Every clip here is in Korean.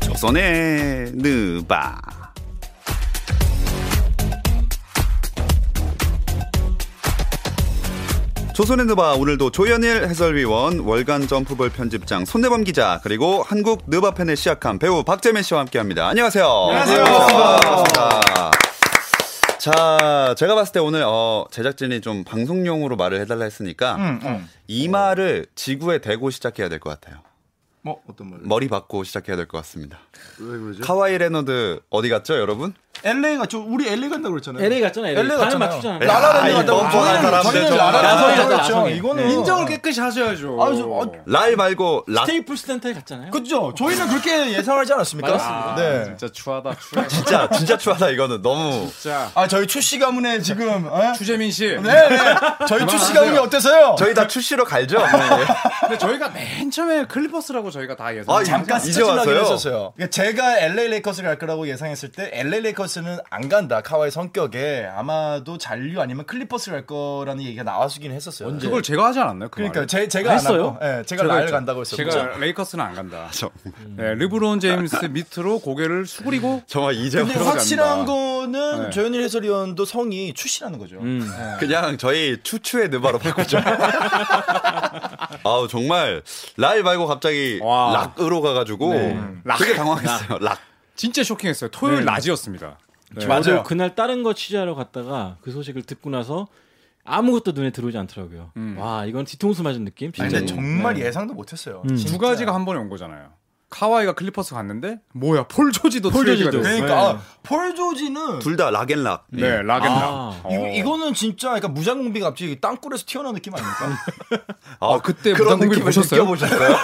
박선의 느바 조선의 느바 오늘도 조현일 해설위원 월간 점프볼 편집장 손대범 기자 그리고 한국 느바 팬을 시작한 배우 박재민 씨와 함께합니다. 안녕하세요. 안녕하세요. 반갑습니다. 자, 제가 봤을 때 오늘 어, 제작진이 좀 방송용으로 말을 해달라 했으니까 응, 응. 이 말을 지구에 대고 시작해야 될 것 같아요. 뭐 어떤 말? 머리 받고 시작해야 될 것 같습니다. 왜 그러죠? 카와이 레너드 어디 갔죠, 여러분? LA가 저 우리 LA 간다고 그랬잖아요. LA 갔잖아요. 네. LA 반을 갔잖아요. 맞추잖아요. 아, 라라랜드 갔다고 이 뻔뻔한 사람들 저희는 좀. 나성이 라라랜드 갔다, 갔죠. 나성이. 아, 이거는 인정을 깨끗이 하셔야죠. 네. 아, 저, 어, 랄 말고 라 예. 스테이플스 센터에 갔잖아요. 그죠? 저희는 그렇게 예상하지 않았습니까? 맞았습니다. 네. 진짜 추하다 추해. 진짜 진짜 추하다 이거는 너무 진짜 아 저희 추씨 가문에 지금 예? 추재민 씨. 네, 네. 저희 추씨 가문이 어때서요? 저희 다 출시로 갈죠. 네. 근데 저희가 맨 처음에 클리퍼스라고 저희가 다 예상. 아, 잠깐 이제 스쳐 지나긴 왔어요? 했었어요. 그러니까 제가 LA 레이커스 갈 거라고 예상했을 때 LA 레이커스는 안 간다. 카와의 성격에 아마도 잔류 아니면 클리퍼스 갈 거라는 얘기가 나왔긴 했었어요. 그걸 제가 하지 않았나요? 그 그러니까 말을? 제 제가 안 하고, 했어요? 예, 제가 제가 라를 했죠. 간다고 했었죠. 제가 레이커스는 안 간다. 네, 르브론 제임스 밑으로 고개를 수그리고 정말 이제 근데 와서 확실한 갑니다. 거는 네. 조현일 해설위원도 성이 출시라는 거죠. 네. 그냥 저희 추추의 느바로 바꾸죠. 아우 정말 랄 말고 갑자기 와. 락으로 가가지고 되게 당황했어요. 락. 진짜 쇼킹했어요. 토요일 낮이었습니다. 네. 맞아요. 그날 다른 거 취재하러 갔다가 그 소식을 듣고 나서 아무것도 눈에 들어오지 않더라고요. 와 이건 뒤통수 맞은 느낌. 음. 아니, 음. 진짜. 근데 정말 네. 예상도 못했어요. 진짜. 두 가지가 한 번에 온 거잖아요. 카와이가 클리퍼스 갔는데 뭐야 폴 조지도 폴 트레이드가 조지도. 됐어요. 그러니까 네. 아, 폴 조지는 둘 다 락앤락. 네, 라겐다. 아. 어. 이, 거는 진짜 그러니까 무장공비가 갑자기 땅굴에서 튀어나온 느낌 아닙니까? 아 그때 그런 무당공비 느낌을 보셨어요? 느껴보셨어요?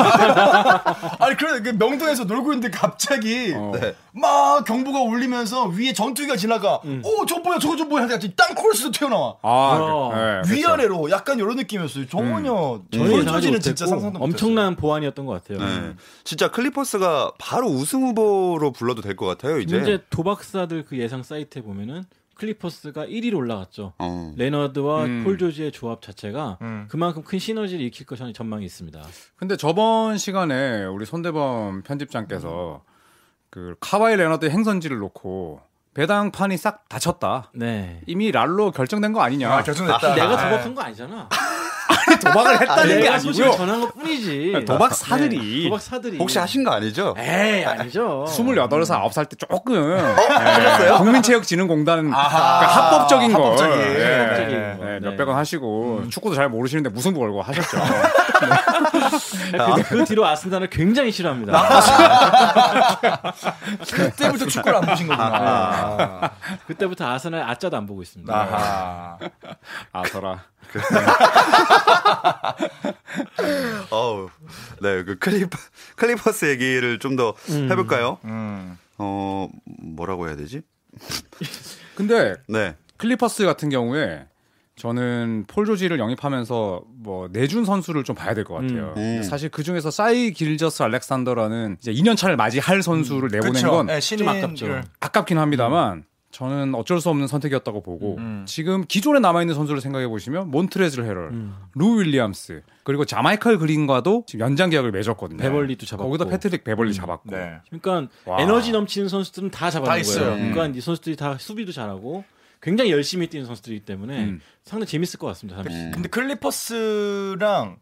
아니 그래 그 명동에서 놀고 있는데 갑자기 어. 네. 막 경보가 울리면서 위에 전투기가 지나가 오저 뭐야 저거 저 뭐야 갑자기 땅굴에서 튀어나와 아, 어. 네, 그렇죠. 음. 위아래로 약간 이런 느낌이었어요. 정은요 폴 조지는 진짜 상상도 못했어요. 엄청난 보안이었던 것 같아요. 음. 네. 진짜 클리퍼스가 바로 우승 후보로 불러도 될 것 같아요. 이제. 문제 도박사들 그 예상 사이트에 보면은 클리퍼스가 1위로 올라갔죠. 어. 레너드와 음. 폴 조지의 조합 자체가 음. 그만큼 큰 시너지를 익힐 것이라는 전망이 있습니다. 근데 저번 시간에 우리 손대범 편집장께서 그 카와이 레너드의 행선지를 놓고 배당판이 싹 다쳤다. 네. 이미 랄로 결정된 거 아니냐. 아 결정됐다. 내가 도박한 거 아니잖아. 도박을 네. 했다는 게 내가 소식을 아니고요. 전한 것 뿐이지. 도박사들이 네, 도박사들이 혹시 하신 거 아니죠? 네. 에이 아니죠. 28살, 9살 때 조금 예, 국민체육진흥공단 그러니까 합법적인 거 합법적인. 합법적인 거. 네. 몇백 원 하시고 축구도 잘 모르시는데 무승부 걸고 하셨죠. 그, 그 뒤로 아스날을 굉장히 싫어합니다. 그때부터 축구를 안 보신 아, 거구나. 그때부터 아스날 아짜도 안 보고 네. 있습니다. 아하. 아서라. 어우, 네, 그 클리퍼, 클리퍼스 얘기를 좀 더 해볼까요? 음. 어, 뭐라고 해야 되지? 근데 네. 클리퍼스 같은 경우에 저는 폴 조지를 영입하면서 뭐 내준 선수를 좀 봐야 될 것 같아요. 음. 음. 사실 그 중에서 사이 길저스 알렉산더라는 이제 2년 차를 맞이할 선수를 내보낸 그렇죠. 건 신인 아깝죠. 아깝긴 합니다만 저는 어쩔 수 없는 선택이었다고 보고 지금 기존에 남아 있는 선수를 생각해 보시면 몬트레즈를 헤럴, 루 윌리엄스 그리고 자마이칼 그린과도 지금 연장 계약을 맺었거든요. 베벌리도 잡았고. 거기다 패트릭 베벌리 잡았고. 네. 그러니까 와. 에너지 넘치는 선수들은 다 잡아낸 다 있어요. 거예요. 그러니까 이 선수들이 다 수비도 잘하고 굉장히 열심히 뛰는 선수들이기 때문에 상당히 재밌을 것 같습니다. 잠시. 근데 클리퍼스랑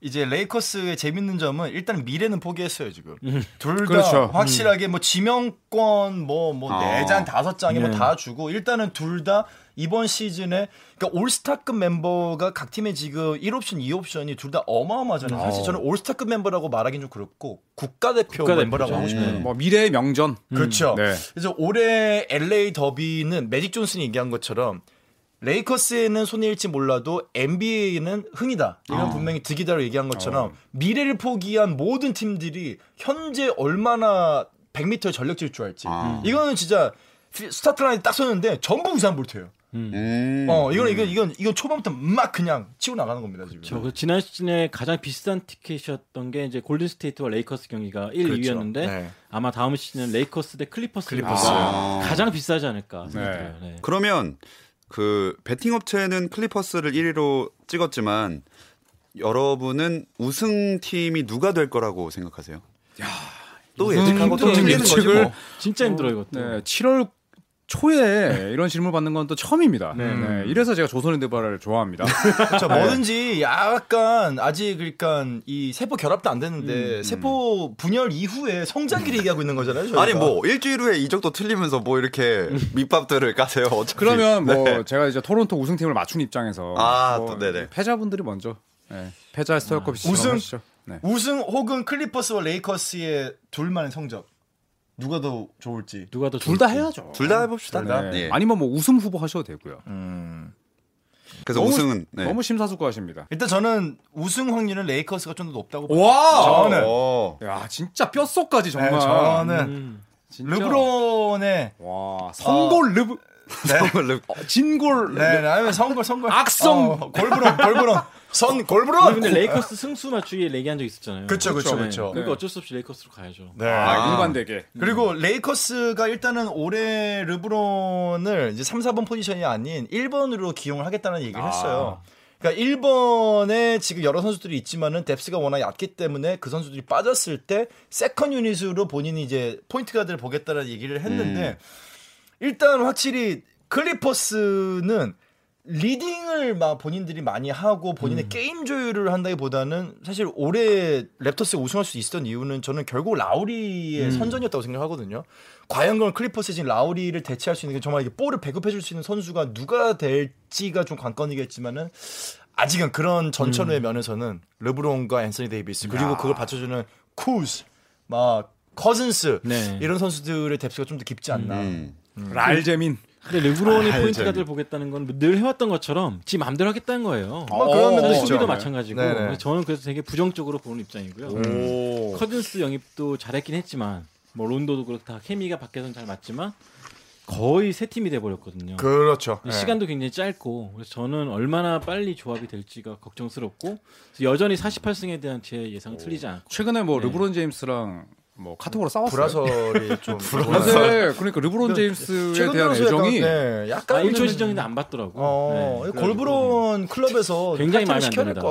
이제 레이커스의 재밌는 점은 일단 미래는 포기했어요 지금 둘 다 그렇죠. 어. 확실하게 뭐 지명권 뭐 뭐 아. 네 장 다섯 장에 네. 뭐 다 주고 일단은 둘 다 이번 시즌에 그러니까 올스타급 멤버가 각 팀에 지금 1옵션 2옵션이 둘 다 어마어마하잖아요 사실 저는 올스타급 멤버라고 말하긴 좀 그렇고 국가대표, 국가대표죠. 멤버라고 하고 싶어요 음. 뭐 미래의 명전. 네. 그렇죠. 네. 그래서 올해 LA 더비는 매직 존슨이 얘기한 것처럼 레이커스에는 손해일지 몰라도 NBA는 흥이다. 이건 아. 분명히 득이다로 얘기한 어. 것처럼 미래를 포기한 모든 팀들이 현재 얼마나 100m의 전력 질주할지. 음. 아. 이거는 진짜 피- 스타트 라인에 딱 섰는데 전부 우산 볼트예요. 음. 어, 이건 이건 이건 이건 초반부터 막 그냥 치고 나가는 겁니다, 지금. 저 그 지난 시즌에 가장 비싼 티켓이었던 게 이제 골든 스테이트와 레이커스 경기가 1, 그렇죠. 2위였는데 네. 아마 다음 시즌은 레이커스 대 클리퍼스 클리퍼스. 가장 비싸지 않을까 생각해요. 네. 그러면 그 베팅 업체는 클리퍼스를 1위로 찍었지만 여러분은 우승팀이 누가 될 거라고 생각하세요? 또 예측하고 또 무슨 틀리는 거지 음, 예측을 뭐. 진짜 힘들어 이것도. 네, 7월 초에 이런 질문 받는 건 또 처음입니다. 네. 이래서 제가 조선인대발을 좋아합니다. 그렇죠. 뭐든지 약간 아직 그러니까 이 세포 결합도 안 됐는데 세포 분열 이후에 성장기를 얘기하고 있는 거잖아요. 저희가. 아니 뭐 일주일 후에 이적도 틀리면서 뭐 이렇게 밑밥들을 까세요. 어차피. 그러면 뭐 네. 제가 이제 토론토 우승팀을 맞춘 입장에서 아, 뭐 또 네네. 패자분들이 먼저 네, 패자 스토어컵 시죠. 네. 우승? 우승 혹은 클리퍼스와 레이커스의 둘만의 성적 누가 더 좋을지. 누가 더 둘다 좋을지. 해야죠. 둘 다 해봅시다. 네. 예. 아니면 뭐 우승 후보 하셔도 되고요. 그래서 너무- 우승은 네. 너무 심사숙고하십니다. 일단 저는 우승 확률은 레이커스가 좀 더 높다고. 봐요. 와, 저는- 어. 야 진짜 뼛속까지 정말. 네, 저는 음. 진짜. 르브론의 와, 선골 르브 네. 어, 진골 네, 아니면 성골 성골 악성. 어, 골브론 골브론 선 우리 골브론 근데 레이커스 승수 맞추기 얘기한 적 있었잖아요. 아, 뭐. 그쵸, 그쵸, 그쵸. 러니까 네. 어쩔 수 없이 레이커스로 가야죠. 네. 아. 아, 일관되게. 그리고 레이커스가 일단은 올해 르브론을 이제 3, 4번 포지션이 아닌 1번으로 기용을 하겠다는 얘기를 했어요. 그러니까 1번에 지금 여러 선수들이 있지만은 뎁스가 워낙 얕기 때문에 그 선수들이 빠졌을 때 세컨 유닛으로 본인이 이제 포인트 가드를 보겠다는 얘기를 했는데 일단 확실히 클리퍼스는 리딩을 막 본인들이 많이 하고 본인의 게임 조율을 한다기보다는 사실 올해 랩터스가 우승할 수 있었던 이유는 저는 결국 라우리의 선전이었다고 생각하거든요. 과연 그럼 클리퍼스 지금 라우리를 대체할 수 있는 게 정말 이게 볼을 배급해줄 수 있는 선수가 누가 될지가 좀 관건이겠지만은 아직은 그런 전천후의 면에서는 르브론과 앤서니 데이비스 그리고 그걸 받쳐주는 쿠즈 막 커즌스 네. 이런 선수들의 뎁스가 좀 더 깊지 않나. 음. 랄제민. 근데 르브론이 아, 포인트 알죠. 가드를 보겠다는 건 늘 해왔던 것처럼 지 맘대로 하겠다는 거예요. 뭐 그런 면도 근데 있죠. 수비도 마찬가지고 네, 네. 저는 그래서 되게 부정적으로 보는 입장이고요. 오. 커즌스 영입도 잘했긴 했지만 뭐 론도도 그렇다 케미가 밖에서는 잘 맞지만 거의 세 팀이 돼버렸거든요. 그렇죠. 예. 시간도 굉장히 짧고 그래서 저는 얼마나 빨리 조합이 될지가 걱정스럽고 그래서 여전히 48승에 대한 제 예상은 틀리지 않고 최근에 뭐 네. 르브론 제임스랑 뭐 카톡으로 예. 싸웠어요. 불화설이 좀 요새 그러니까 르브론 제임스에 최근 대한 들어서 약간, 애정이 네, 아, 약간 1초 시정인데 안 받더라고. 어, 네, 이 그래가지고. 골브론 클럽에서 굉장히 탈퇴를 마음에 안 시켜야 될 듭니다. 것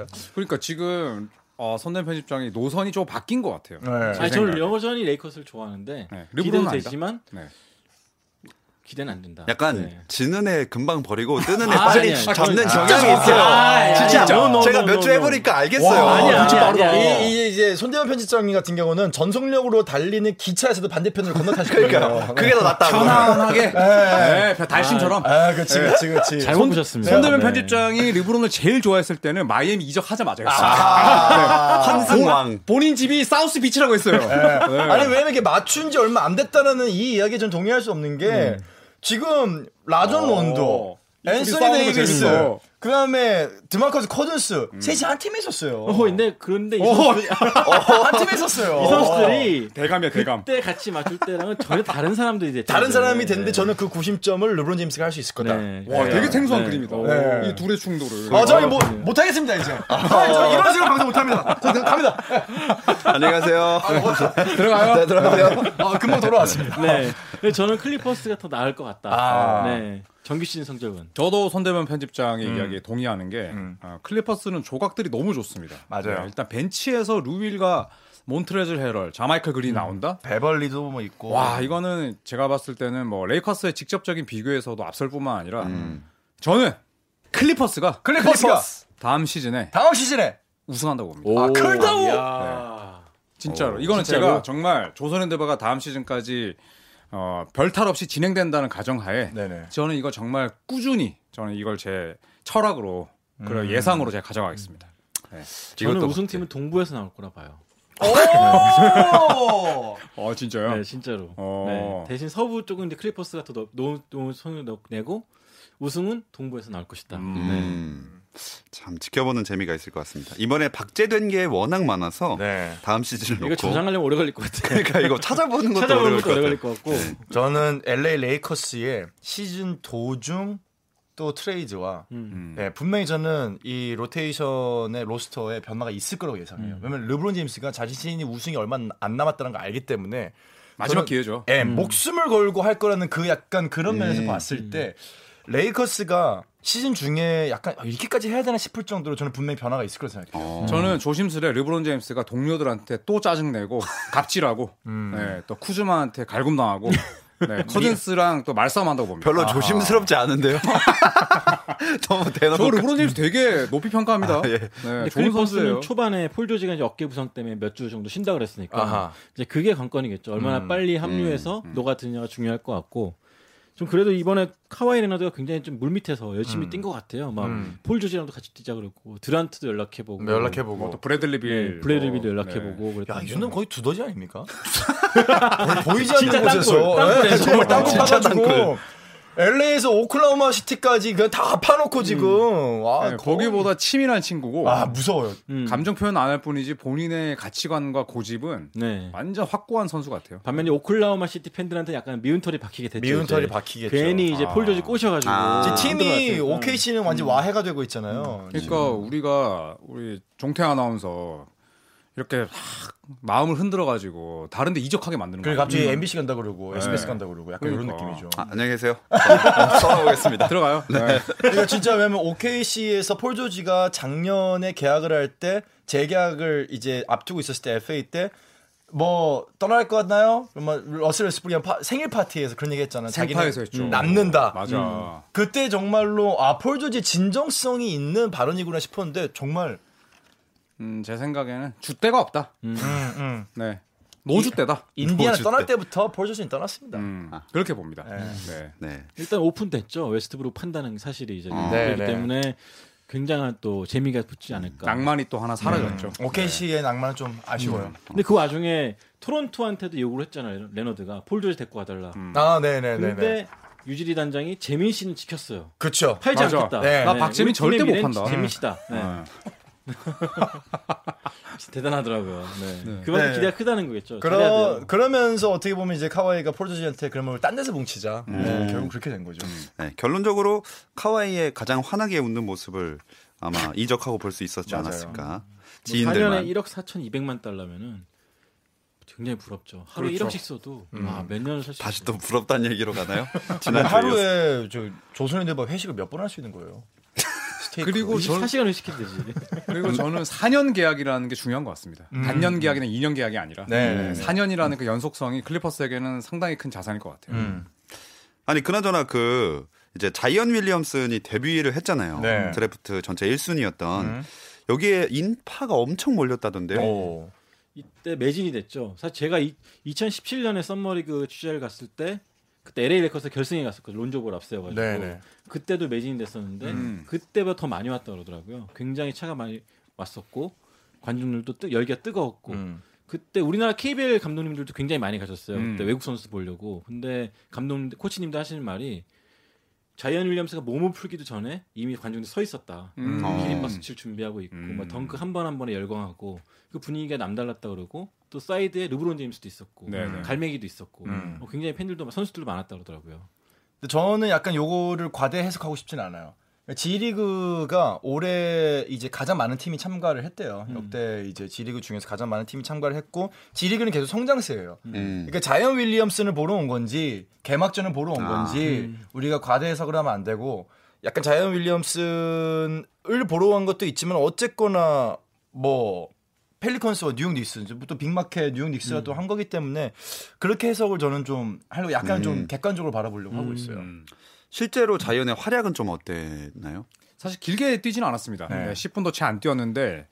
같은데. 그러니까 지금 어, 선대 편집장이 노선이 좀 바뀐 것 같아요. 네. 제 아니 저는 생각에. 여전히 레이커스를 좋아하는데 네, 르브론은 기대도 아니다. 되지만 네. 기대는 안 된다. 약간 네. 지는 애 금방 버리고 뜨는 애 아, 빨리 아니야. 잡는 아, 경향이 진짜 있어요. 아, 진짜 아니야. No, no, 제가 no, 몇 no, 주 no. 해보니까 알겠어요. 아니야, 아니야. 아니야. 그렇죠. 이, 이 이제 손대현 편집장님 같은 경우는 전속력으로 달리는 기차에서도 반대편으로 건너 타실 거예요. 그러니까 그게 더 낫다고. 편안하게. 네, 달심처럼. 아, 그렇지, 그렇지, 그렇지. 잘못 손- 보셨습니다. 손대면 네. 편집장이 르브론을 제일 좋아했을 때는 마이애미 이적하자마자 했어요. 아. 네. 한승왕. 본인 집이 사우스 비치라고 했어요. 네. 아니 왜냐면 이게 맞춘 지 얼마 안 됐다라는 이 이야기에 전 동의할 수 없는 게 지금 라존 음. 어. 원도 이 둘이 앤서니 싸우는 거 음. 데이비스 재밌어. 그다음에 드마커스 커든스 셋이 한 팀에 있었어요. 어, 근데 그런데 이 어, 선수- 한 팀에 있었어요. 이 선수들이 대감이야, 대감. 그때 같이 맞출 때랑은 전혀 다른 사람들이 됐죠. 다른 사람이 네. 됐는데 저는 그 구심점을 르브론 제임스가 할 수 있을 거다. 네. 와, 되게 생소한 네. 그림이다. 네. 이 둘의 충돌을. 아, 저희 뭐 못하겠습니다 이제. 아, 저 이런 식으로 방송 못합니다. 저 그냥 갑니다. 안녕히 가세요. 아, 뭐. 들어가요. 네, 들어가세요. 아, 금방 돌아왔습니다. 네. 근데 저는 클리퍼스가 더 나을 것 같다. 아. 네. 정규 시즌 성적은. 저도 선대면 편집장의 이야기에 동의하는 게 아, 클리퍼스는 조각들이 너무 좋습니다. 네, 맞아요. 일단 벤치에서 루윌과 몬트레즐 헤럴, 자마이클 그린이 나온다. 배벌리도 뭐 있고. 와 이거는 제가 봤을 때는 뭐 레이커스의 직접적인 비교에서도 앞설뿐만 아니라 저는 음. 클리퍼스가 클리퍼스가 다음 시즌에 다음 시즌에 우승한다고 봅니다. 아, 네. 클다우. 어, 진짜로 이거는 진짜로? 제가 정말 조선앤드바가 다음 시즌까지 어, 별탈 없이 진행된다는 가정하에 네네. 저는 이거 정말 꾸준히 저는 이걸 제 철학으로 그리고 예상으로 제가 가져가겠습니다. 저는 네. 우승팀은 동부에서 나올 거라 봐요. 오. 어 진짜요? 네, 진짜로. 어. 네. 대신 서부 쪽은 이제 클리퍼스가 더 높- 높은 높은 손을 넣- 내고 우승은 동부에서 나올 것이다. 음. 참 지켜보는 재미가 있을 것 같습니다. 이번에 박제된 게 워낙 많아서 네. 다음 시즌을 이거 놓고 저장하려면 오래 걸릴 것 같아. 그러니까 이거 찾아보는 것도 찾아보는 어려울 것도 것 오래 같아요. 걸릴 것 같고. 저는 LA 레이커스의 시즌 도중 또 트레이드와 음. 네, 분명히 저는 이 로테이션의 로스터에 변화가 있을 거라고 예상해요. 왜냐면 르브론 제임스가 자신이 우승이 얼마 안 남았다는 걸 알기 때문에 마지막 저는- 기회죠. 음. 예. 예, 목숨을 걸고 할 거라는 그 약간 그런 면에서 봤을 때 레이커스가 시즌 중에 약간 아, 이렇게까지 해야 되나 싶을 정도로 저는 분명히 변화가 있을 거라 생각해요. 어. 저는 조심스레 르브론 제임스가 동료들한테 또 짜증내고 갑질하고 네, 또 쿠즈마한테 갈굼당하고 네, 커즌스랑 또 말싸움한다고 봅니다. 별로 조심스럽지 않은데요. 너무 저 대놓고 그- 르브론 제임스 되게 높이 평가합니다. 예. 네, 근데 좋은 선수예요. 클리퍼스는 초반에 폴 조지가 이제 어깨 부상 때문에 몇 주 정도 쉰다 그랬으니까 아하. 이제 그게 관건이겠죠. 얼마나 빨리 합류해서 녹아드느냐가 중요할 것 같고 좀 그래도 이번에 카와이 레나드가 굉장히 좀 물밑에서 열심히 뛴 것 같아요. 막 폴 음. 네, 조지랑도 같이 뛰자 그랬고 드란트도 연락해보고 음. 뭐 연락해보고 또 브래들리 빌, 네, 블레드비도 뭐, 네. 연락해보고 야, 이 그랬던 정도면 거의 두더지 아닙니까? 거의 보이지 진짜 않는 곳에서 땅굴, 땅굴. 예, 정말 땅굴 진짜 파가지고 땅굴. LA에서 오클라호마 시티까지 그냥 다 음. 파놓고 지금 와 예, 네, 거의- 거기보다 치밀한 친구고 아 무서워요. 음. 감정 표현 안 할 뿐이지 본인의 가치관과 고집은 네. 완전 확고한 선수 같아요. 반면에 오클라호마 시티 팬들한테 약간 미운 털이 박히게 됐죠. 미운 이제. 털이 박히겠죠. 괜히 이제 폴 조지 꼬셔가지고 아. 이제 팀이 힘들어갔으니까. 음. OKC는 완전 와해가 되고 있잖아요. 그러니까 우리가 우리 종태 아나운서 이렇게 확 마음을 흔들어 가지고 다른데 이적하게 만드는 그리고 음. 거예요. 음. 갑자기 MBC 간다 그러고 예. SBS 네. 간다 그러고 약간 이런 그러니까. 느낌이죠. 아, 안녕히 계세요. 저는 떠나보겠습니다. 들어가요. 네. 그러니까 진짜 왜냐면 OKC에서 폴 조지가 작년에 계약을 할 때 재계약을 이제 앞두고 있었을 때 FA 때 뭐 떠날 것 같나요? 뭐 그러면 러셀 웨스브리한 생일 파티에서 그런 얘기 했잖아. 생파에서 했죠. 음, 음, 남는다. 맞아. 그때 정말로 아 폴 조지 진정성이 있는 발언이구나 싶었는데 정말 음, 제 생각에는 주대가 없다. 음, 음. 네. 노주대다. 인디아나 뭐 떠날 어쨌든. 때부터 폴 조지는 떠났습니다. 음, 그렇게 봅니다. 네. 네. 일단 오픈됐죠. 웨스트브룩 판다는 사실이 이제 음. 아. 그렇기 네, 네. 때문에 굉장한 또 재미가 붙지 않을까. 낭만이 또 하나 사라졌죠. 네. 음, OKC의 음. 낭만은 좀 아쉬워요. 근데 그 와중에 토론토한테도 요구를 했잖아요. 레너드가 폴 조지 데리고 와달라. 음. 아, 네네네. 네 근데 유지리 단장이 재민 씨는 지켰어요. 그쵸. 팔지 맞아. 않겠다. 네. 나 박재민 우리 팀의 절대 못 미래는 판다. 재민 씨다. 네. 네. 대단하더라고요. 네. 그만큼 네. 기대가 크다는 거겠죠. 잘해야 그러, 돼요. 그러면서 어떻게 보면 이제 카와이가 폴조지한테 그러면 우리 딴 데서 뭉치자. 네, 결국 그렇게 된 거죠. 네, 결론적으로 카와이의 가장 환하게 웃는 모습을 아마 이적하고 볼 수 있었지 맞아요. 않았을까. 뭐 4년에 지인들만 1억 4,200만 달러면은 굉장히 부럽죠. 하루에 1억씩 써도 아, 몇 년을 살수 그렇죠. 음. 다시 또 부럽다는 얘기로 가나요? 근데 지난주에 이어서. 하루에 저 조선인들 봐 회식을 몇 번 할 수 있는 거예요. 스테이크. 그리고 저 24시간을 시키면 되지. 그리고 저는 4년 계약이라는 게 중요한 것 같습니다. 단년 계약이나 2년 계약이 아니라 네. 4년이라는 그 연속성이 클리퍼스에게는 상당히 큰 자산일 것 같아요. 음. 아니 그나저나 그 이제 자이언 윌리엄슨이 데뷔를 했잖아요. 네. 드래프트 전체 1순위였던 음. 어. 여기에 인파가 엄청 네. 몰렸다던데요. 오. 이때 매진이 됐죠. 사실 제가 이, 2017년에 썸머리그 취재를 갔을 때 그때 LA 레커스 결승에 갔었거든요. 론조볼 앞세워가지고 네네. 그때도 매진이 됐었는데 음. 그때보다 더 많이 왔다 그러더라고요. 굉장히 차가 많이 왔었고 관중들도 뜨, 열기가 뜨거웠고 음. 그때 우리나라 KBL 감독님들도 굉장히 많이 가셨어요. 음. 그때 외국 선수 보려고. 근데 감독님, 코치님도 하시는 말이 자이언 윌리엄스가 몸을 풀기도 전에 이미 관중들 서 있었다. 음. 피리파스 칠 준비하고 있고, 음. 막 덩크 한 번 한 번에 열광하고 그 분위기가 남달랐다 그러고 또 사이드에 르브론 제임스도 있었고 네네. 갈매기도 있었고 음. 어, 굉장히 팬들도 선수들도 많았다 그러더라고요. 근데 저는 약간 요거를 과대 해석하고 싶진 않아요. G리그가 올해 이제 가장 많은 팀이 참가를 했대요. 음. 역대 이제 G리그 중에서 가장 많은 팀이 참가를 했고 G리그는 계속 성장세예요. 음. 그러니까 자이언 윌리엄슨을 보러 온 건지 개막전을 보러 온 아. 건지 음. 우리가 과대 해석을 하면 안 되고 약간 자이언 윌리엄슨을 보러 온 것도 있지만 어쨌거나 뭐 펠리컨스와 뉴욕 닉스 또 빅마켓 뉴욕 음. 닉스가 또 한 거기 때문에 그렇게 해석을 저는 좀 하려고 네. 약간 좀 음. 객관적으로 바라보려고 하고 있어요. 뭐 실제로 자이언의 활약은 좀 어땠나요? 사실 길게 뛰진 않았습니다. 네. 네, 10분도 채 안 뛰었는데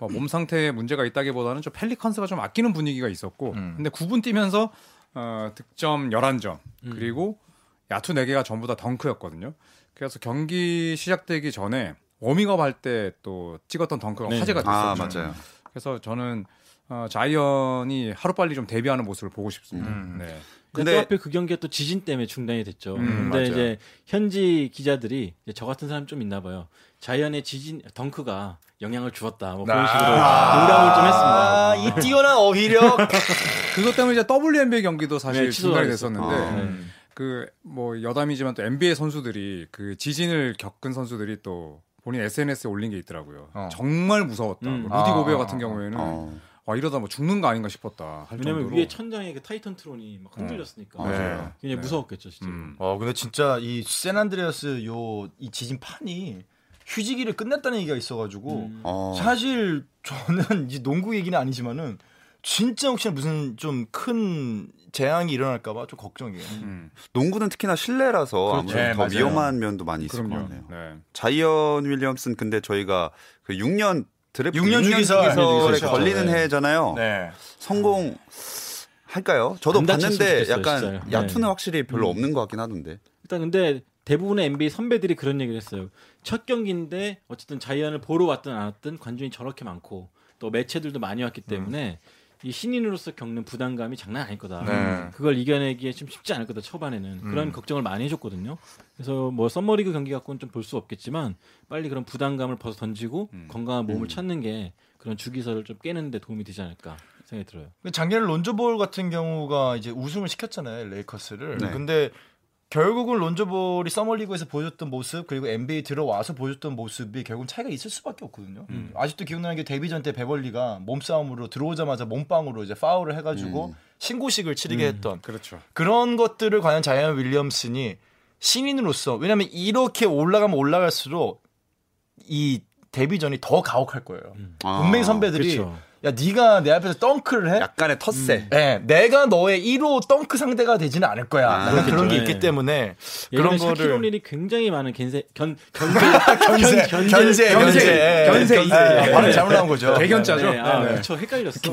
어, 몸 상태에 문제가 있다기보다는 좀 펠리컨스가 좀 아끼는 분위기가 있었고 음. 근데 9분 뛰면서 어, 득점 11점 음. 그리고 야투 4개가 전부 다 덩크였거든요. 그래서 경기 시작되기 전에 워밍업 할 때 또 찍었던 덩크가 네. 화제가 됐었죠. 아 맞아요. 그래서 저는 어, 자이언이 하루빨리 좀 데뷔하는 모습을 보고 싶습니다. 음. 네. 근데 근데- 또 하필 그 경기가 또 지진 때문에 중단이 됐죠. 근데 음, 맞아요. 이제 현지 기자들이 이제 저 같은 사람 좀 있나 봐요. 자이언의 지진 덩크가 영향을 주었다. 뭐 아. 그런 식으로 농담을 좀 했습니다. 음. 아, 이 뛰어난 어휘력. 그것 때문에 이제 WNBA 경기도 사실 네, 취소가 중단이 됐었죠. 됐었는데 아. 음. 그 뭐 여담이지만 또 NBA 선수들이 그 지진을 겪은 선수들이 또 본인 SNS에 올린 게 있더라고요. 어. 정말 무서웠다. 뭐 음. 루디 아. 고베어 같은 경우에는 어. 와 이러다 뭐 죽는 거 아닌가 싶었다. 할 왜냐면 정도로. 위에 천장에 그 타이탄 트론이 막 흔들렸으니까 맞아요. 굉장히 네. 무서웠겠죠 진짜. 음. 어 근데 진짜 이 샌안드레아스 요 이 지진판이 휴지기를 끝냈다는 얘기가 있어가지고 음. 어. 사실 저는 이제 농구 얘기는 아니지만은 진짜 혹시 나 무슨 좀 큰 재앙이 일어날까봐 좀 걱정이에요. 음. 농구는 특히나 실내라서 아무래도 네, 더 맞아요. 위험한 면도 많이 있을 것 그럼요. 같네요. 네. 자이언 윌리엄슨 근데 저희가 그 6년 드래프트 육년 주기설. 에 그렇죠. 걸리는 네. 해잖아요. 네. 성공 할까요? 저도 안 다쳤으면 봤는데 좋겠어요, 약간 진짜요. 야투는 네. 확실히 음. 별로 없는 것 같긴 하던데. 일단 근데 대부분의 NBA 선배들이 그런 얘기를 했어요. 첫 경기인데 어쨌든 자이언을 보러 왔든 안 왔든 관중이 저렇게 많고 또 매체들도 많이 왔기 때문에 이 신인으로서 겪는 부담감이 장난 아닐 거다. 네. 음. 그걸 이겨내기에 좀 쉽지 않을 거다 초반에는 그런 걱정을 많이 해줬거든요. 그래서 뭐 썸머리그 경기 갖고는 좀 볼 수 없겠지만 빨리 그런 부담감을 벗어 던지고 건강한 음. 몸을 찾는 게 그런 주기설을 좀 깨는데 도움이 되지 않을까 생각이 들어요. 근데 작년에 론조볼 같은 경우가 이제 우승을 시켰잖아요 레이커스를. 네. 근데 결국은 론조볼이 서머리그에서 보여줬던 모습 그리고 NBA 들어와서 보여줬던 모습이 결국 은 차이가 있을 수밖에 없거든요. 음. 아직도 기억나는 게 데뷔전 때 베벌리가 몸싸움으로 들어오자마자 몸빵으로 이제 파울을 해가지고 음. 신고식을 치르게 했던 그렇죠. 그런 것들을 과연 자이언 윌리엄슨이 신인으로서 왜냐하면 이렇게 올라가면 올라갈수록 이 데뷔전이 더 가혹할 거예요. 아, 음. 분명히 선배들이 그렇죠. 야 네가 내 앞에서 덩크를 해. 약간의 텃세. 네, 내가 너의 1호 덩크 상대가 되지는 않을 거야. 아, 약간 그런 게 그렇겠죠. 있기 네. 때문에 그런 그런 샤키로 거를 닐이 굉장히 많은 견세 견 견세, 견- 견- 견세, 견- 견세, 견세, 견세. 견세. 아, 발음이 잘못 나온 거죠. 대견자죠. 네, 아, 네. 그쵸. 헷갈렸어.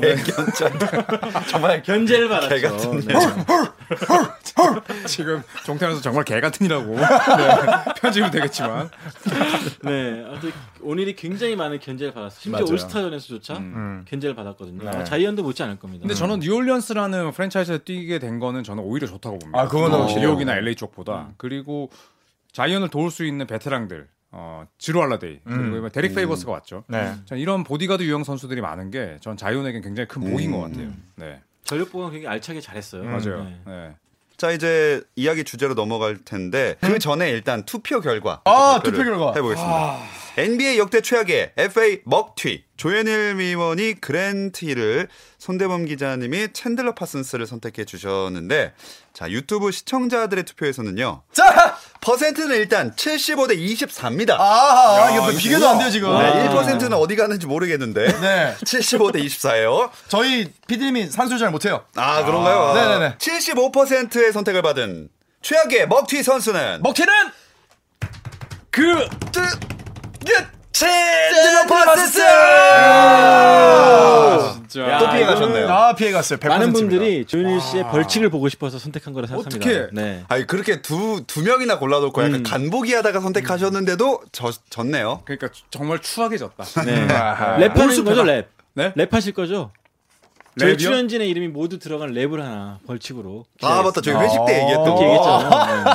정말 견제를 받았죠. 네. 지금 정태현에서 정말 개 같은이라고 네. 편집은 되겠지만 네. 아무튼 오늘이 굉장히 많은 견제를 받았어. 심지어 맞아요. 올스타전에서조차 견제를 받았거든요. 아, 네. 자이언도 못지 않을 겁니다. 음. 음. 근데 저는 뉴올리언스라는 프랜차이즈에 뛰게 된 거는 저는 오히려 좋다고 봅니다. 아, 그거는 음. 어, 확실히. 뉴욕이나 LA 쪽보다 그리고 자이언을 도울 수 있는 베테랑들 어, 지루 할라데이 그리고 이번에 데릭 페이버스가 왔죠. 음. 네. 전 이런 보디가드 유형 선수들이 많은 게 전 자이언에겐 굉장히 큰 복인 음. 것 같아요. 네, 전력 보강 굉장히 알차게 잘했어요. 맞아요. 네. 네. 자 이제 이야기 주제로 넘어갈 텐데 그 전에 일단 투표 결과. 네? 아, 발표를 투표 결과. 아. 해보겠습니다. NBA 역대 최악의 FA 먹튀 조현일 위원이 그랜트힐을 손대범 기자님이 챈들러 파슨스를 선택해 주셨는데 자 유튜브 시청자들의 투표에서는요 자, 퍼센트는 일단 75대 24입니다. 아, 야, 이거 이거 비교도 안 돼요 지금. 아. 네, 1%는 어디 갔는지 모르겠는데 네. 75대 24예요. 저희 피디님이 산소를 잘 못해요. 아 그런가요? 아, 네네네. 75%의 선택을 받은 최악의 먹튀 선수는 먹튀는 그 뜨, 샌드로 파슨스! 진짜 야, 또 피해 이거는 가셨네요. 아 피해 갔어요. 100%입니다. 많은 분들이 조윤일 씨의 벌칙을 보고 싶어서 선택한 거라 생각합니다. 어떡해. 네. 아니 그렇게 두 두 명이나 골라놓고 약간 간보기 하다가 선택하셨는데도 저, 졌네요. 그러니까 주- 정말 추하게 졌다. 네. 아하. 랩하는 거죠, 랩. 네? 랩하실 거죠? 저희 랩이요? 출연진의 이름이 모두 들어간 랩을 하나 벌칙으로. 아 맞다 저희 회식 때 얘기했던 그렇게 거. 어. 얘기했잖아요. 네.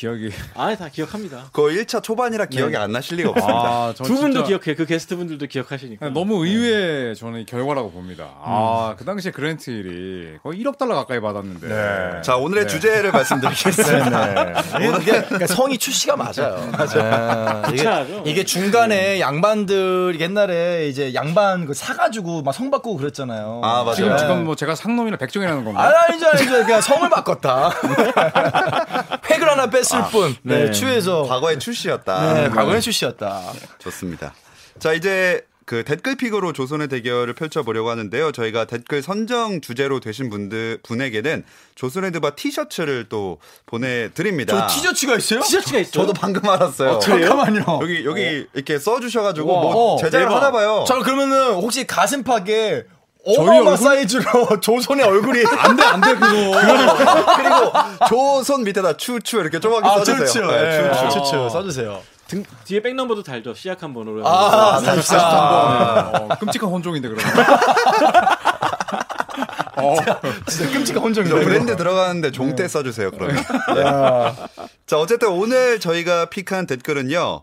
기억이 아, 다 기억합니다. 그거 1차 초반이라 기억이 안 나실 리가 없습니다. 아, 저 두 분도 진짜- 기억해요. 그 게스트 분들도 기억하시니까. 네, 너무 네. 의외의 저는 이 결과라고 봅니다. 아, 그 당시에 그랜트 일이 거의 1억 달러 가까이 받았는데. 음. 네. 자 오늘의 주제를 말씀드리겠습니다. 이게 그러니까 성이 출시가 맞아요. 맞아요. 구차하죠? 이게, 이게 중간에 양반들 옛날에 이제 양반 그 사가지고 막 성 바꾸고 그랬잖아요. 아, 맞아요. 지금 네. 지금 뭐 제가 상놈이나 백종이라는 건가요? 아, 아니죠, 아니죠. 그냥 성을 바꿨다. 획을 하나 뺐을 뿐. 네, 네. 추에서. 과거의 출시였다. 네, 과거의 출시였다. 좋습니다. 자 이제 그 댓글 픽으로 조선의 대결을 펼쳐보려고 하는데요. 저희가 댓글 선정 주제로 되신 분들 분에게는 조선의 드바 티셔츠를 또 보내드립니다. 저 티셔츠가 있어요? 티셔츠가 있어. 저도 방금 알았어요. 잠깐만요. 여기 여기 이렇게 써주셔가지고 와, 뭐 어, 제작을 대박. 하나 봐요. 자, 그러면은 혹시 가슴팍에 어마어마 얼굴? 사이즈로 조선의 얼굴이 안 돼, 안 돼, 그거. 그리고 조선 밑에다 추추 이렇게 조그맣게 아, 써주세요. 추추. 네, 예, 추추. 추추. 써주세요. 등 뒤에 백넘버도 달죠. 시작한 번호로. 아, 해서. 43번. 어, 끔찍한 혼종인데 그러면. 진짜 끔찍한 혼종이다. 저 브랜드 들어가는데 종태 써주세요. 그러면. 네. 자, 어쨌든 오늘 저희가 픽한 댓글은요.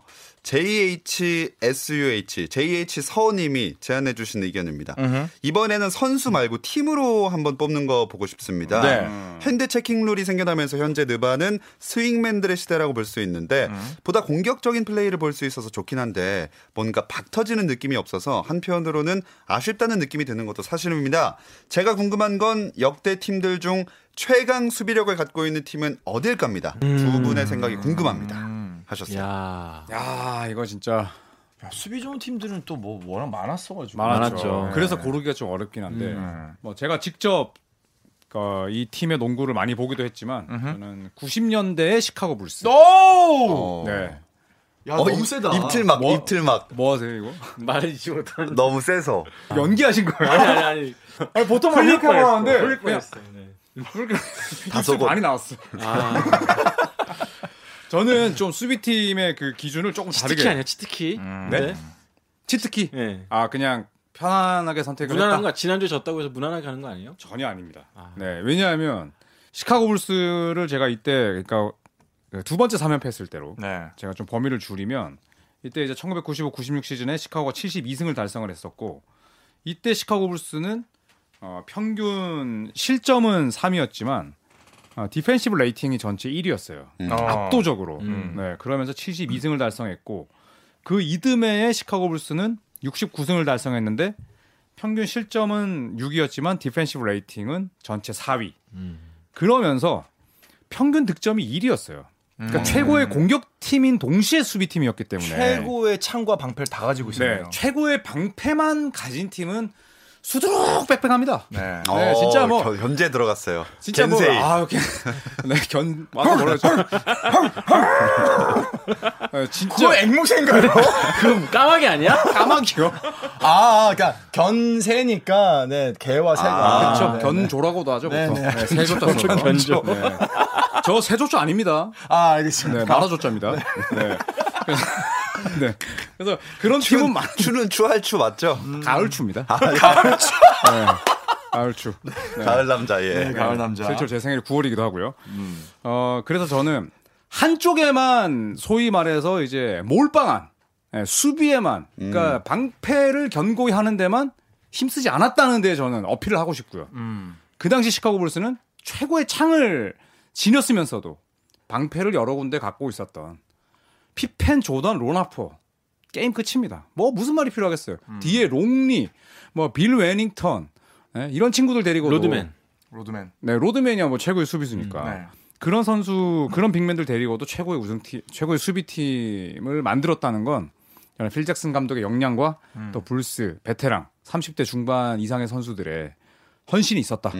JHSUH, JH서님이 제안해주신 의견입니다. 이번에는 선수 말고 팀으로 한번 뽑는 거 보고 싶습니다. 네. 음. 핸드 체킹 룰이 생겨나면서 현재 느바는 스윙맨들의 시대라고 볼 수 있는데 보다 공격적인 플레이를 볼 수 있어서 좋긴 한데 뭔가 박 터지는 느낌이 없어서 한편으로는 아쉽다는 느낌이 드는 것도 사실입니다. 제가 궁금한 건 역대 팀들 중 최강 수비력을 갖고 있는 팀은 어딜까입니다. 두 분의 생각이 궁금합니다. 하셨어요. 야. 야 이거 진짜 야, 아, 수비 좋은 팀들은 또 뭐 워낙 많았어가지고 그렇죠. 많았죠. 네. 많았죠. 그래서 고르기가 좀 어렵긴 한데 뭐 제가 직접 어, 이 팀의 농구를 많이 보기도 했지만 저는 90년대의 시카고 불스. 오! 어. 네. 어, 야, 아, 너무 입- 세다. 입틀막, 뭐? 입틀막. 뭐 하세요 이거? 말이지 못하는. 너무 세서. 연기하신 거예요? 아니 아니 아니. 아니, 보통 흘리카고 하는데 그냥 뻔했어. 네. 다소곳. 입술 많이 나왔어. 아, 저는 좀 수비팀의 그 기준을 조금 다르게. 치트키 아니야 치트키. 음. 네? 치트키. 네. 아 그냥 편안하게 선택을 무난한 했다. 거 지난주 에 졌다고 해서 무난하게 하는 거 아니에요? 전혀 아닙니다. 아. 네, 왜냐하면 시카고 불스를 제가 이때 그러니까 그두 번째 3연패 했을 때로 네. 제가 좀 범위를 줄이면 이때 이제 1995, 96 시즌에 시카고가 72승을 달성을 했었고 이때 시카고 불스는 어, 평균 실점은 3이었지만 어, 디펜시브 레이팅이 전체 1위였어요. 음. 압도적으로. 음. 네, 그러면서 72승을 달성했고 그 이듬해에 시카고 불스는 69승을 달성했는데 평균 실점은 6위였지만 디펜시브 레이팅은 전체 4위. 음. 그러면서 평균 득점이 1위였어요. 그러니까 최고의 공격팀인 동시에 수비팀이었기 때문에 음. 최고의 창과 방패를 다 가지고 네, 있어요. 최고의 방패만 가진 팀은 수두룩 빽빽합니다. 네. 네, 진짜 뭐- 어, 겨- 현재 들어갔어요. 진짜 뭐 겐세이. 아, 이렇게 네, 견 와서 모르겠죠. 네, 진짜 그거 앵무새인가요? 그럼 까마귀 아니야? 까마귀요. 아, 그러니까 견새니까 네 개와 새가 아, 그렇죠. 네, 네. 견조라고도 하죠. 네, 보통. 네. 네, 세조자 조 견조. 저 세조자 아닙니다. 아 네, 알겠습니다. 마라조자입니다. 네. 그래서- 네. 그래서 그런 팀은 많 추는 추할추 맞죠? 가을추입니다. 아, 예. 네. 가을추. 네. 가을추. 가을 남자 예. 네, 가을 남자. 실제로 제 생일이 9월이기도 하고요. 음. 어, 그래서 저는 한쪽에만 소위 말해서 이제 몰빵한 예, 수비에만 그러니까 음. 방패를 견고히 하는 데만 힘쓰지 않았다는 데 저는 어필을 하고 싶고요. 음. 그 당시 시카고 불스는 최고의 창을 지녔으면서도 방패를 여러 군데 갖고 있었던 피펜 조던 로나포 게임 끝입니다. 뭐 무슨 말이 필요하겠어요. 음. 뒤에 롱리, 뭐 빌 웨닝턴 예, 이런 친구들 데리고 로드맨. 로드맨. 네, 로드맨이야 뭐 최고의 수비수니까. 네. 그런 선수, 그런 빅맨들 데리고도 최고의 우승팀, 최고의 수비팀을 만들었다는 건 저는 필 잭슨 감독의 역량과 또 불스, 베테랑, 30대 중반 이상의 선수들의 헌신이 있었다.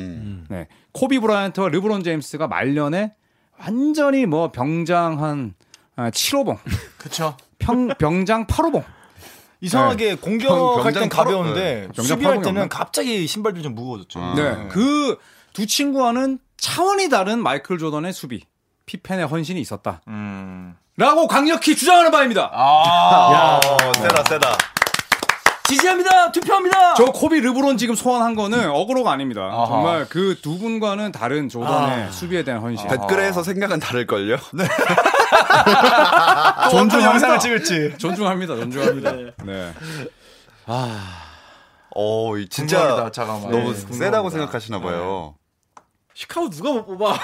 네. 코비 브라이언트와 르브론 제임스가 말년에 완전히 뭐 병장한 아, 7호봉, 그렇죠. 평, 병장 8호봉. 이상하게 공격할 병장 땐 팔- 가벼운데 병장 수비할 팔목이 때는 없나? 갑자기 신발도 좀 무거워졌죠. 네. 그 두 친구와는 차원이 다른 마이클 조던의 수비, 피펜의 헌신이 있었다. 음. 라고 강력히 주장하는 바입니다. 야, 아. 세다 세다. 지지합니다. 투표합니다. 저 코비 르브론 지금 소환한 거는 어그로가 아닙니다. 아. 아하. 정말 그 두 분과는 다른 조던의 수비에 대한 헌신. 아. 아. 댓글에서 생각은 다를 걸요. 네. 존중 영상을 찍을지. 존중합니다. 존중합니다. 네. 오, 어, 이 진짜 궁금하다, 잠깐만. 너무 네, 세다고 생각하시나 봐요. 시카고 누가 못 뽑아?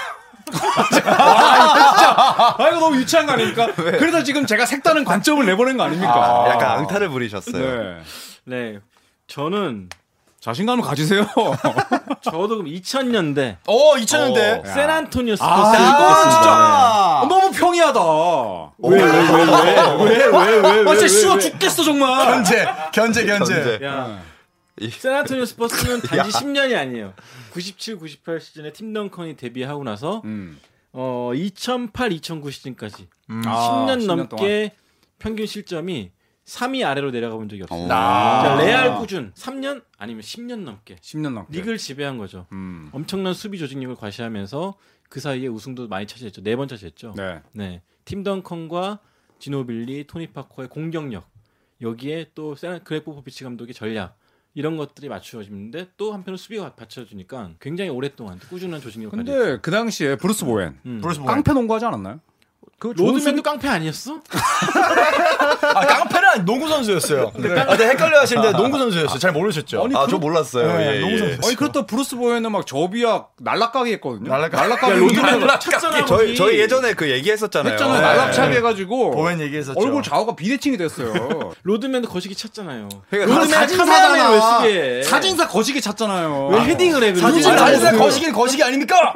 아 이거 너무 유치한 거 아닙니까? 그래서 지금 제가 색다른 관점을 내보낸 거 네. 아닙니까? 약간 앙탈을 부리셨어요. 네. 네. 저는 자신감을 가지세요. 저도 그럼 2000년대 오 2000년대. 샌안토니오 스포츠 아, 이건 어. 뽑겠습니다. 아. 네. 너무 평이하다. 왜왜왜왜 어. 아, 진짜 쉬워 죽겠어 정말. 견제 견제 견제. 아, 현재 야. 이- 샌안토니오 스퍼스는 단지 10년이 아니에요. 97, 98 시즌에 팀 덩컨이 데뷔하고 나서 음. 어 2008, 2009 시즌까지 아, 10년 10년 넘게 평균 실점이 3위 아래로 내려가 본 적이 어. 없습니다. 나. 아. 자, 레알 꾸준 3년 아니면 10년 넘게 10년 넘게. 리그를 지배한 거죠. 음. 엄청난 수비 조직력을 과시하면서 그 사이에 우승도 많이 차지했죠. 네 번 차지했죠. 네. 네. 팀 덩컨과 지노빌리, 토니 파커의 공격력 여기에 또 세나- 그렉 포포비치 감독의 전략 이런 것들이 맞추어지는데 또 한편으로 수비가 받쳐주니까 굉장히 오랫동안 꾸준한 조직력을 가지고 근데 그 당시에 브루스 보웬 음. 브루스 보웬. 깡패 농구하지 않았나요? 그 로드맨도 깡패 아니었어? 아, 깡패는 아니, 농구 선수였어요. 아, 네, 헷갈려 하시는데 농구 선수였어요. 잘 모르셨죠? 아, 저 몰랐어요. 네, 예, 너무 예. 선수. 아니 그렇다 브루스 보이는 막 저비약 날라까기 했거든요. 날라까기. 날라까기 로드맨 착전하고 저희 저희 예전에 그 얘기했었잖아요. 했잖아요. 날라차기 해가지고 보면 얘기했었죠. 얼굴 좌우가 비대칭이 됐어요. 로드맨도 거시기 찼잖아요. 그러니까 로드맨 카메라맨 왜 쓰게 해? 사진사 거시기 찾잖아요. 왜 헤딩을 해? 그러면? 사진을 아, 안 사실상 그- 거시기는 거시기 아닙니까?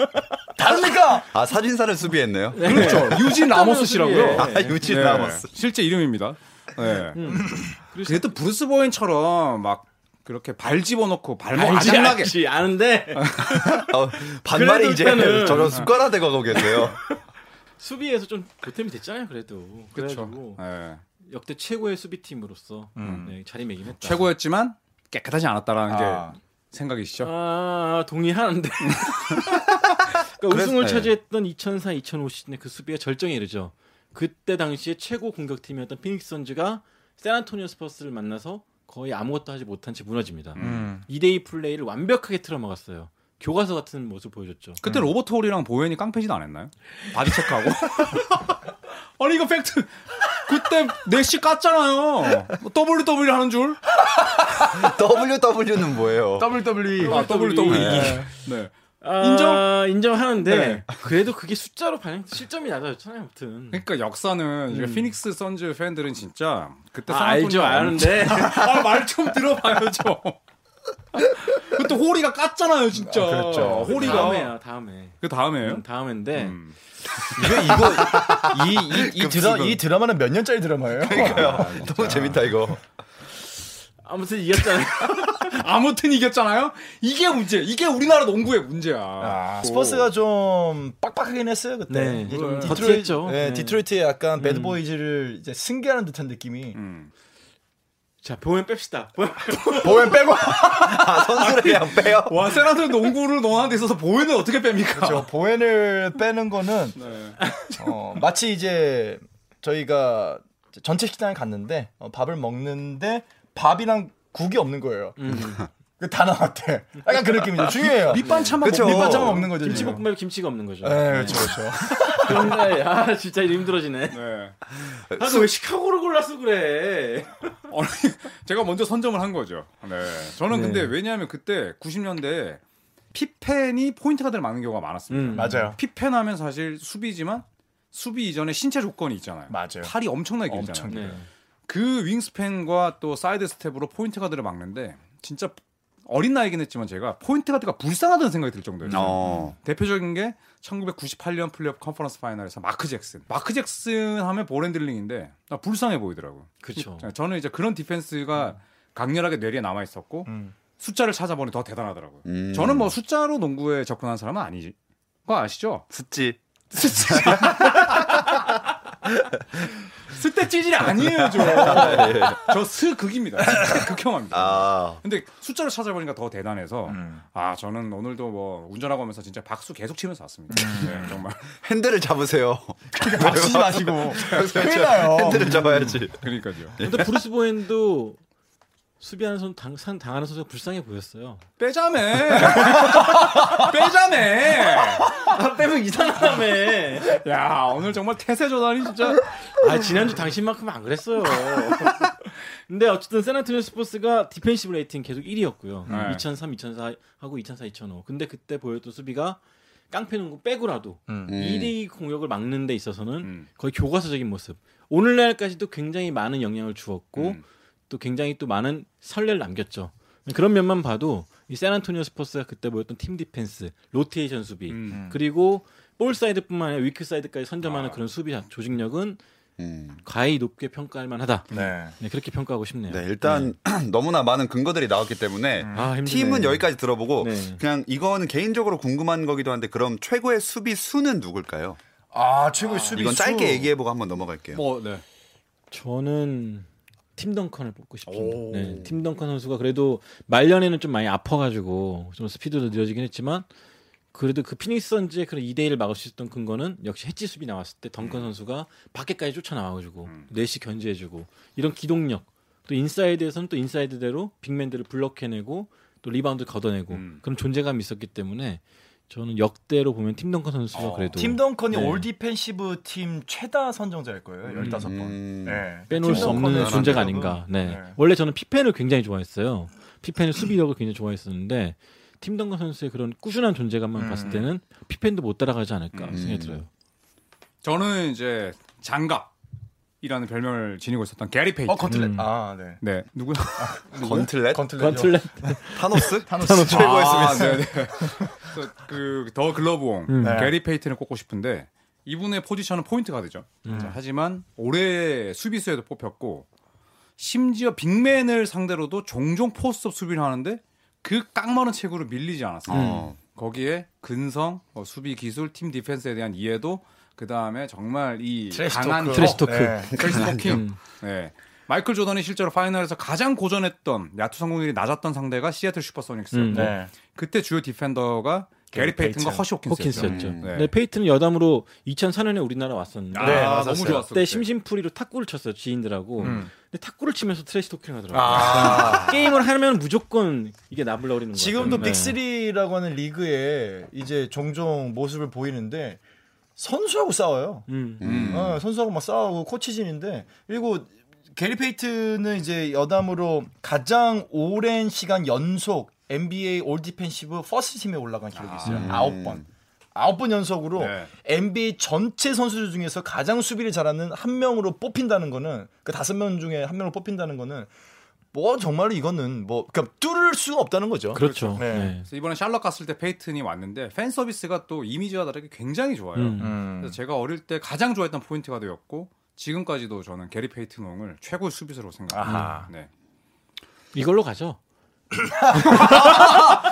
다릅니까? 아 사진사를 수비했네요. 그렇죠. 유진 라모스 씨라고요. 아 유진 네, 라모스. 실제 이름입니다. 네. 그게 또 브루스 보인처럼 막 그렇게 발 집어넣고 발목 뭐 알지, 안나게 알지, 아는데 어, 반말이 그래도 이제 일단은- 저런 숟가락 대고 하고 계세요. 수비에서 좀 보탬이 됐잖아요. 그래도 그렇죠. 그래가지고 예. 역대 최고의 수비팀으로서 네, 자리매김했다. 최고였지만 깨끗하지 않았다라는 아. 게 생각이시죠? 아 동의하는데. 그러니까 그래서- 우승을 네. 차지했던 2004, 2005 시즌의 그 수비가 절정에 이르죠. 그때 당시에 최고 공격팀이었던 피닉스 선즈가 샌안토니오 스퍼스를 만나서 거의 아무것도 하지 못한 채 무너집니다. 음. 2대2 플레이를 완벽하게 틀어막았어요. 교과서 같은 모습 보여줬죠. 그때 로버트 홀이랑 보현이 깡패짓 안 했나요? 바디 체크하고. 아니 이거 팩트. 그때 넥시 깠잖아요. 뭐 WWE 하는 줄. WW는 뭐예요? E. WWE. 아, WWE. 네. 네. 아, 인정? 인정하는데 네. 그래도 그게 숫자로 반영 실점이 낮아졌잖아요, 아무튼. 그러니까 역사는 이제 피닉스 선즈 팬들은 진짜 그때 음. 아, 알죠, 아는데 아말 좀 들어봐요 좀. 그때 호리가 깠잖아요 진짜. 그렇죠. 호리가 다음에야, 다음에. 그 다음에요? 다음인데 이거 이거 이, 이, 이, 드라, 급식은. 이 드라마는 몇 년짜리 드라마예요? 너무 재밌다 이거. 아무튼 이겼잖아요. 아무튼 이겼잖아요. 이게 문제. 이게 우리나라 농구의 문제야. 아, 스퍼스가 좀 빡빡하긴 했어요 그때. 네. 이게 좀 음. 그래. 디트로이트, 버티했죠. 네, 네. 디트로이트의 약간 배드보이즈를 이제 승계하는 듯한 느낌이. 음. 자, 보면 뺍시다. 보면 빼고 아 선수를 그냥 빼요. 와 세나들 농구를 논하는 데 있어서 보이는 어떻게 뺍니까? 그렇죠. 저 보엔을 빼는 거는 네. 어, 마치 이제 저희가 전체 식당에 갔는데 어, 밥을 먹는데 밥이랑 국이 없는 거예요. 음. 그 다 나왔대. 약간 그 느낌이죠. 중요해요. 밑반찬만 그쵸. 먹- 밑반찬 먹는 거죠. 지금. 김치볶음밥에 김치가 없는 거죠. 네, 그렇죠, 그렇죠. 그런데 아 진짜 이거 힘들어지네. 네. 아, 왜 시카고를 골랐어 그래? 아니, 제가 먼저 선점을 한 거죠. 네. 저는 근데 왜냐하면 그때 90년대 피펜이 포인트가 될 많은 경우가 많았습니다. 음. 맞아요. 피펜 하면 사실 수비지만 수비 이전에 신체 조건이 있잖아요. 맞아요. 팔이 엄청나게 길잖아요. 엄청 네. 그 윙스팬과 또 사이드 스텝으로 포인트 가드를 막는데 진짜 어린 나이긴 했지만 제가 포인트 가드가 불쌍하다는 생각이 들 정도였어요. 어. 대표적인 게 1998년 플레이오프 컨퍼런스 파이널에서 마크 잭슨. 마크 잭슨 하면 볼핸들링인데 나 불쌍해 보이더라고. 그쵸. 자, 저는 이제 그런 디펜스가 강렬하게 뇌리에 남아 있었고 음. 숫자를 찾아보니 더 대단하더라고요. 음. 저는 뭐 숫자로 농구에 접근한 사람은 아니지. 거 아시죠? 스치. 스때 찌질이 아니에요, 저. 저 스극입니다. 극혐합니다. 아. 근데 숫자를 찾아보니까 더 대단해서 음. 아 저는 오늘도 뭐 운전하고 오면서 진짜 박수 계속 치면서 왔습니다. 네, 정말. 핸들을 잡으세요. 그렇죠. 박수 마시고. 큰일 나요. 핸들을 잡아야지. 그러니까요. 근데 브루스 보엔도 수비하는 선 당, 산- 당하는 선수가 불쌍해 보였어요. 빼자매. 빼자매. 아, 빼면 이상하다며. 야 오늘 정말 태세 조단이 진짜 아 지난주 당신만큼은 안 그랬어요. 근데 어쨌든 세나토니오 스포츠가 디펜시브 레이팅 계속 1위였고요. 네. 2003, 2004 하고 2004, 2005. 근데 그때 보였던 수비가 깡패 농구 빼고라도 음. 2대2 공격을 막는 데 있어서는 네. 음. 거의 교과서적인 모습. 오늘날까지도 굉장히 많은 영향을 주었고 음. 또 굉장히 또 많은 선례를 남겼죠. 그런 면만 봐도 이 샌안토니오 스퍼스가 그때 보였던 팀 디펜스, 로테이션 수비, 음. 그리고 볼 사이드뿐만 아니라 위크 사이드까지 선점하는 아. 그런 수비 조직력은 음. 과히 높게 평가할 만하다. 네. 네, 그렇게 평가하고 싶네요. 네, 일단 너무나 많은 근거들이 나왔기 때문에 아, 힘드네. 팀은 여기까지 들어보고 네. 그냥 이거는 개인적으로 궁금한 거기도 한데 그럼 최고의 수비 수는 누굴까요? 아, 최고의 수비수. 이건 짧게 얘기해보고 한번 넘어갈게요. 뭐 네. 저는 팀 덩컨을 뽑고 오. 싶습니다. 네, 팀 덩컨 선수가 그래도 말년에는 좀 많이 아파가지고 좀 스피드도 느려지긴 했지만 그래도 그 피닉스 선즈의 그런 2대1을 막을 수 있었던 근거는 역시 해치 수비 나왔을 때 덩컨 선수가 밖에까지 쫓아나와가지고 넷이 견제해주고 이런 기동력 또 인사이드에서는 또 인사이드대로 빅맨들을 블럭해내고 또 리바운드 걷어내고 음. 그런 존재감이 있었기 때문에 저는 역대로 보면 팀 덩컨 선수가 그래도 팀 덩컨이 네. 올 디펜시브 팀 최다 선정자일 거예요. 15번. 음. 네. 빼놓을 팀 수 덩컨은 없는 지금, 존재가 아닌가. 네. 네. 원래 저는 피펜을 굉장히 좋아했어요. 피펜의 수비력을 굉장히 좋아했었는데 팀 덩컨 선수의 그런 꾸준한 존재감만 음. 봤을 때는 피펜도 못 따라가지 않을까 생각이 들어요. 저는 이제 장갑이라는 별명을 지니고 있었던 게리 페이트. 어, 건틀렛. 음. 아, 네. 네, 누구야? 건틀렛? 건틀렛. 건틀렛 타노스? 타노스. 최고의 아, 스미스. 네, 네. 그래서 그더 글러브옹 음. 네. 게리 페이트를 꼽고 싶은데 이분의 포지션은 포인트 가드죠. 음. 자, 하지만 올해 수비수에도 뽑혔고 심지어 빅맨을 상대로도 종종 포스트업 수비를 하는데 그 깡마른 체구로 밀리지 않았어요. 음. 어. 거기에 근성, 어, 수비 기술, 팀 디펜스에 대한 이해도 그 다음에 정말 이 강한 어, 토크. 트래시 토크. 네. 트레이스 토킹. 음. 네. 마이클 조던이 실제로 파이널에서 가장 고전했던 야투 성공률이 낮았던 상대가 시애틀 슈퍼소닉스였고 음, 네. 그때 주요 디펜더가 게리 게리 페이튼과 페이튼. 허시 호킨스였죠. 호킨스였죠. 음. 네. 네, 페이트는 여담으로 2004년에 우리나라 왔었는데 아, 네, 맞았어요. 너무 좋았어. 그때 심심풀이로 탁구를 쳤어요 지인들하고. 음. 근데 탁구를 치면서 트래시 토킹을 하더라고요. 아. 게임을 하면 무조건 이게 나불나버리는 거예요. 지금도 네. 빅3라고 하는 리그에 이제 종종 모습을 보이는데 선수하고 싸워요. 음. 음. 어, 선수하고 막 싸우고 코치진인데 그리고 게리 페이트는 이제 여담으로 가장 오랜 시간 연속 NBA 올 디펜시브 퍼스트 팀에 올라간 기록이 있어요. 아홉 네. 번. 아홉 번 연속으로 네. NBA 전체 선수들 중에서 가장 수비를 잘하는 한 명으로 뽑힌다는 거는 그 다섯 명 중에 한 명으로 뽑힌다는 거는 뭐 정말 이거는 뭐 그러니까 뚫을 수가 없다는 거죠. 그렇죠. 네. 네. 그래서 이번에 샬럿 갔을 때 페이튼이 왔는데 팬 서비스가 또 이미지와 다르게 굉장히 좋아요. 음. 음. 그래서 제가 어릴 때 가장 좋아했던 포인트 가드였고 지금까지도 저는 게리 페이튼 홍을 최고의 수비수로 아하. 생각합니다. 네. 이걸로 가죠.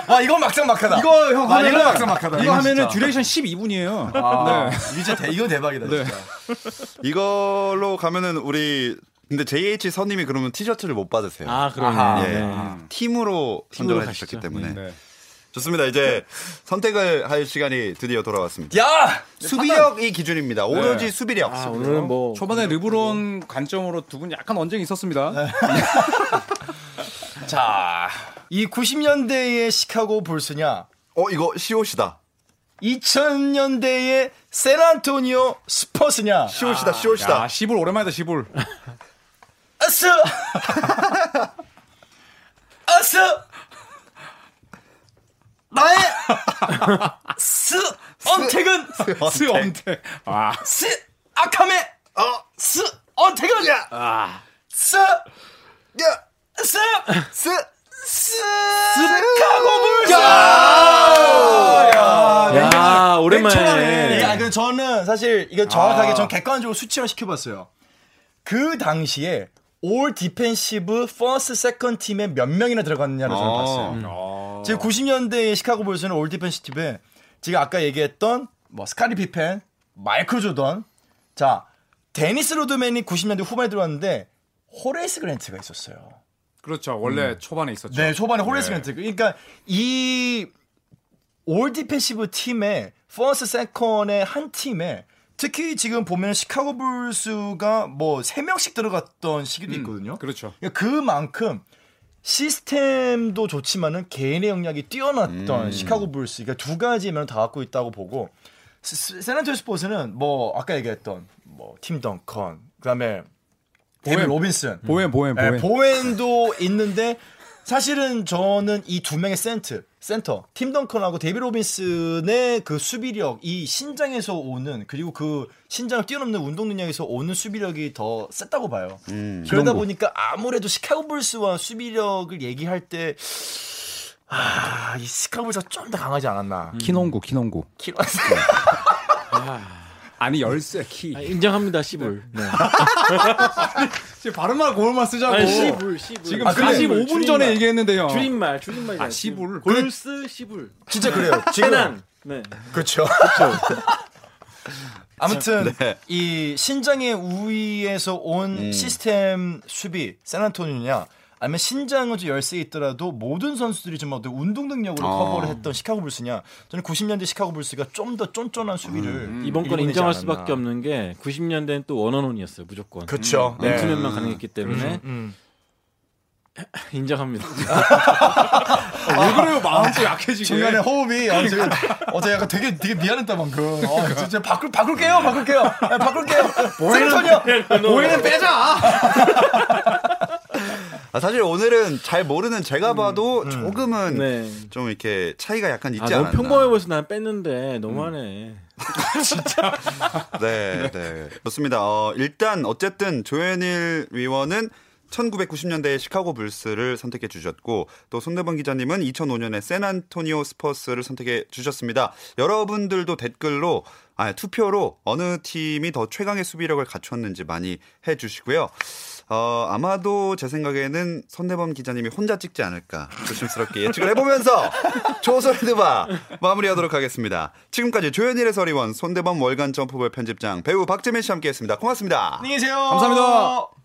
아 이건 막상막하다. 이거 형 아, 이거 하면은- 막상막하다. 이거 이건 진짜. 하면은 듀레이션 12분이에요. 아, 네. 이제 대, 이건 대박이다 진짜. 이걸로 가면은 우리 근데 JH 선님이 그러면 티셔츠를 못 받으세요. 아, 아하. 예. 그러네요. 네. 팀으로 팀으로 선정을 해주셨기 가시죠. 때문에. 네. 좋습니다. 이제 선택을 할 시간이 드디어 돌아왔습니다. 예. 야 수비력이 기준입니다. 오로지 수비력. 아, 오늘은 뭐 초반에 르브론 관점으로 두 분 약간 언쟁이 있었습니다. 자, 이 90년대의 시카고 불스냐, 어 이거 시옷이다. 2000년대의 샌안토니오 스퍼스냐, 아, 시옷이다. 시옷이다. 야, 시불 오랜만이다 시불. 아스! 아스! 나의 스! 언택은! 스 엄태. 아, 스! 아카메! 어, 스! 언택은! 스! 야! 스! 스. 스! 시카고 불스! 야, 야, 아, 네. 맥초라네. 아, 오랜만에. 그 저는 사실 이거 정확하게 아. 전 객관적으로 수치화 시켜봤어요. 그 당시에 올 디펜시브 퍼스트 세컨 팀에 몇 명이나 들어갔느냐를 저는 봤어요. 음. 아. 지금 90년대의 시카고 불스는 올 디펜시 팀에 지금 아까 얘기했던 뭐 스카리 피펜, 마이클 조던, 자 데니스 로드맨이 90년대 후반에 들어왔는데 호레이스 그랜트가 있었어요. 그렇죠. 원래 초반에 있었죠. 네, 초반에 호레스 네. 멘트. 그러니까 이 올디패시브 팀의 퍼스트 세컨의 한 팀에 특히 지금 보면 시카고 불스가 뭐 세명씩 들어갔던 시기도 있거든요. 그렇죠. 그러니까 그만큼 시스템도 좋지만은 개인의 역량이 뛰어났던 음. 시카고 불스 그러니까 두 가지 면을 다 갖고 있다고 보고 스- 스- 샌안토니오 스포츠는 뭐 아까 얘기했던 뭐 팀 덩컨 그다음에 데이비 보웬. 로빈슨 음. 보엠 보엠 네, 예, 보엠. 보웬도 있는데 사실은 저는 이 두 명의 센트 센터 팀 덩컨하고 데이비 로빈슨의 그 수비력 이 신장에서 오는 그리고 그 신장을 뛰어넘는 운동 능력에서 오는 수비력이 더 셌다고 봐요. 그러다 보니까 아무래도 시카고 불스와 수비력을 얘기할 때 아, 이 시카고 불스가 좀 더 강하지 않았나. 키농구 키농구. 키- 아니 열쇠 키. 아, 인정합니다. 시불. 네. 지금 발음만 고음만 쓰자고. 아니, 시불, 시불. 지금 아, 그래. 45분 줄임말. 전에 얘기했는데 형. 줄임말, 줄임말. 아, 시불. 골스 시불. 진짜 그래요. 지금 해난. 네. 그렇죠. 아무튼 네. 이 신장의 우위에서 온 시스템 수비 샌안토니오냐 아니면 신장은 좀 열세 있더라도 모든 선수들이 좀 어떤 운동 능력으로 어. 커버를 했던 시카고 불스냐 저는 90년대 시카고 불스가 좀 더 쫀쫀한 수비를 이번 건 일궈내지 인정할 않았나. 수밖에 없는 게 90년대는 또 원어원이었어요. 무조건. 그렇죠. 그 네. 맨투맨만 가능했기 때문에 음. 인정합니다. 아, 왜 그래요? 마음 좀 약해지게. 중간에 호흡이 아, 지금 어제 약간 되게 되게 미안했다 방금. 아, 진짜 바꿀 바꿀게요, 바꿀게요, 아, 바꿀게요. 생선이요. 예. 오해는 빼자. 아, 사실 오늘은 잘 모르는 제가 봐도 조금은 음. 네. 좀 이렇게 차이가 약간 있지 아, 않았나. 너무 평범해 보여서 난 뺐는데 너무하네. 네, 네. 좋습니다. 어, 일단 어쨌든 조현일 위원은 1990년대의 시카고 불스를 선택해 주셨고 또 손대범 기자님은 2005년에 샌안토니오 스퍼스를 선택해 주셨습니다. 여러분들도 댓글로 아, 투표로 어느 팀이 더 최강의 수비력을 갖췄는지 많이 해 주시고요. 어, 아마도 제 생각에는 손대범 기자님이 혼자 찍지 않을까 조심스럽게 예측을 해보면서 조선드바 마무리하도록 하겠습니다. 지금까지 조현일의 서리원 손대범 월간 점프볼 편집장 배우 박재민 씨 함께했습니다. 고맙습니다. 네, 안녕히 계세요. 감사합니다.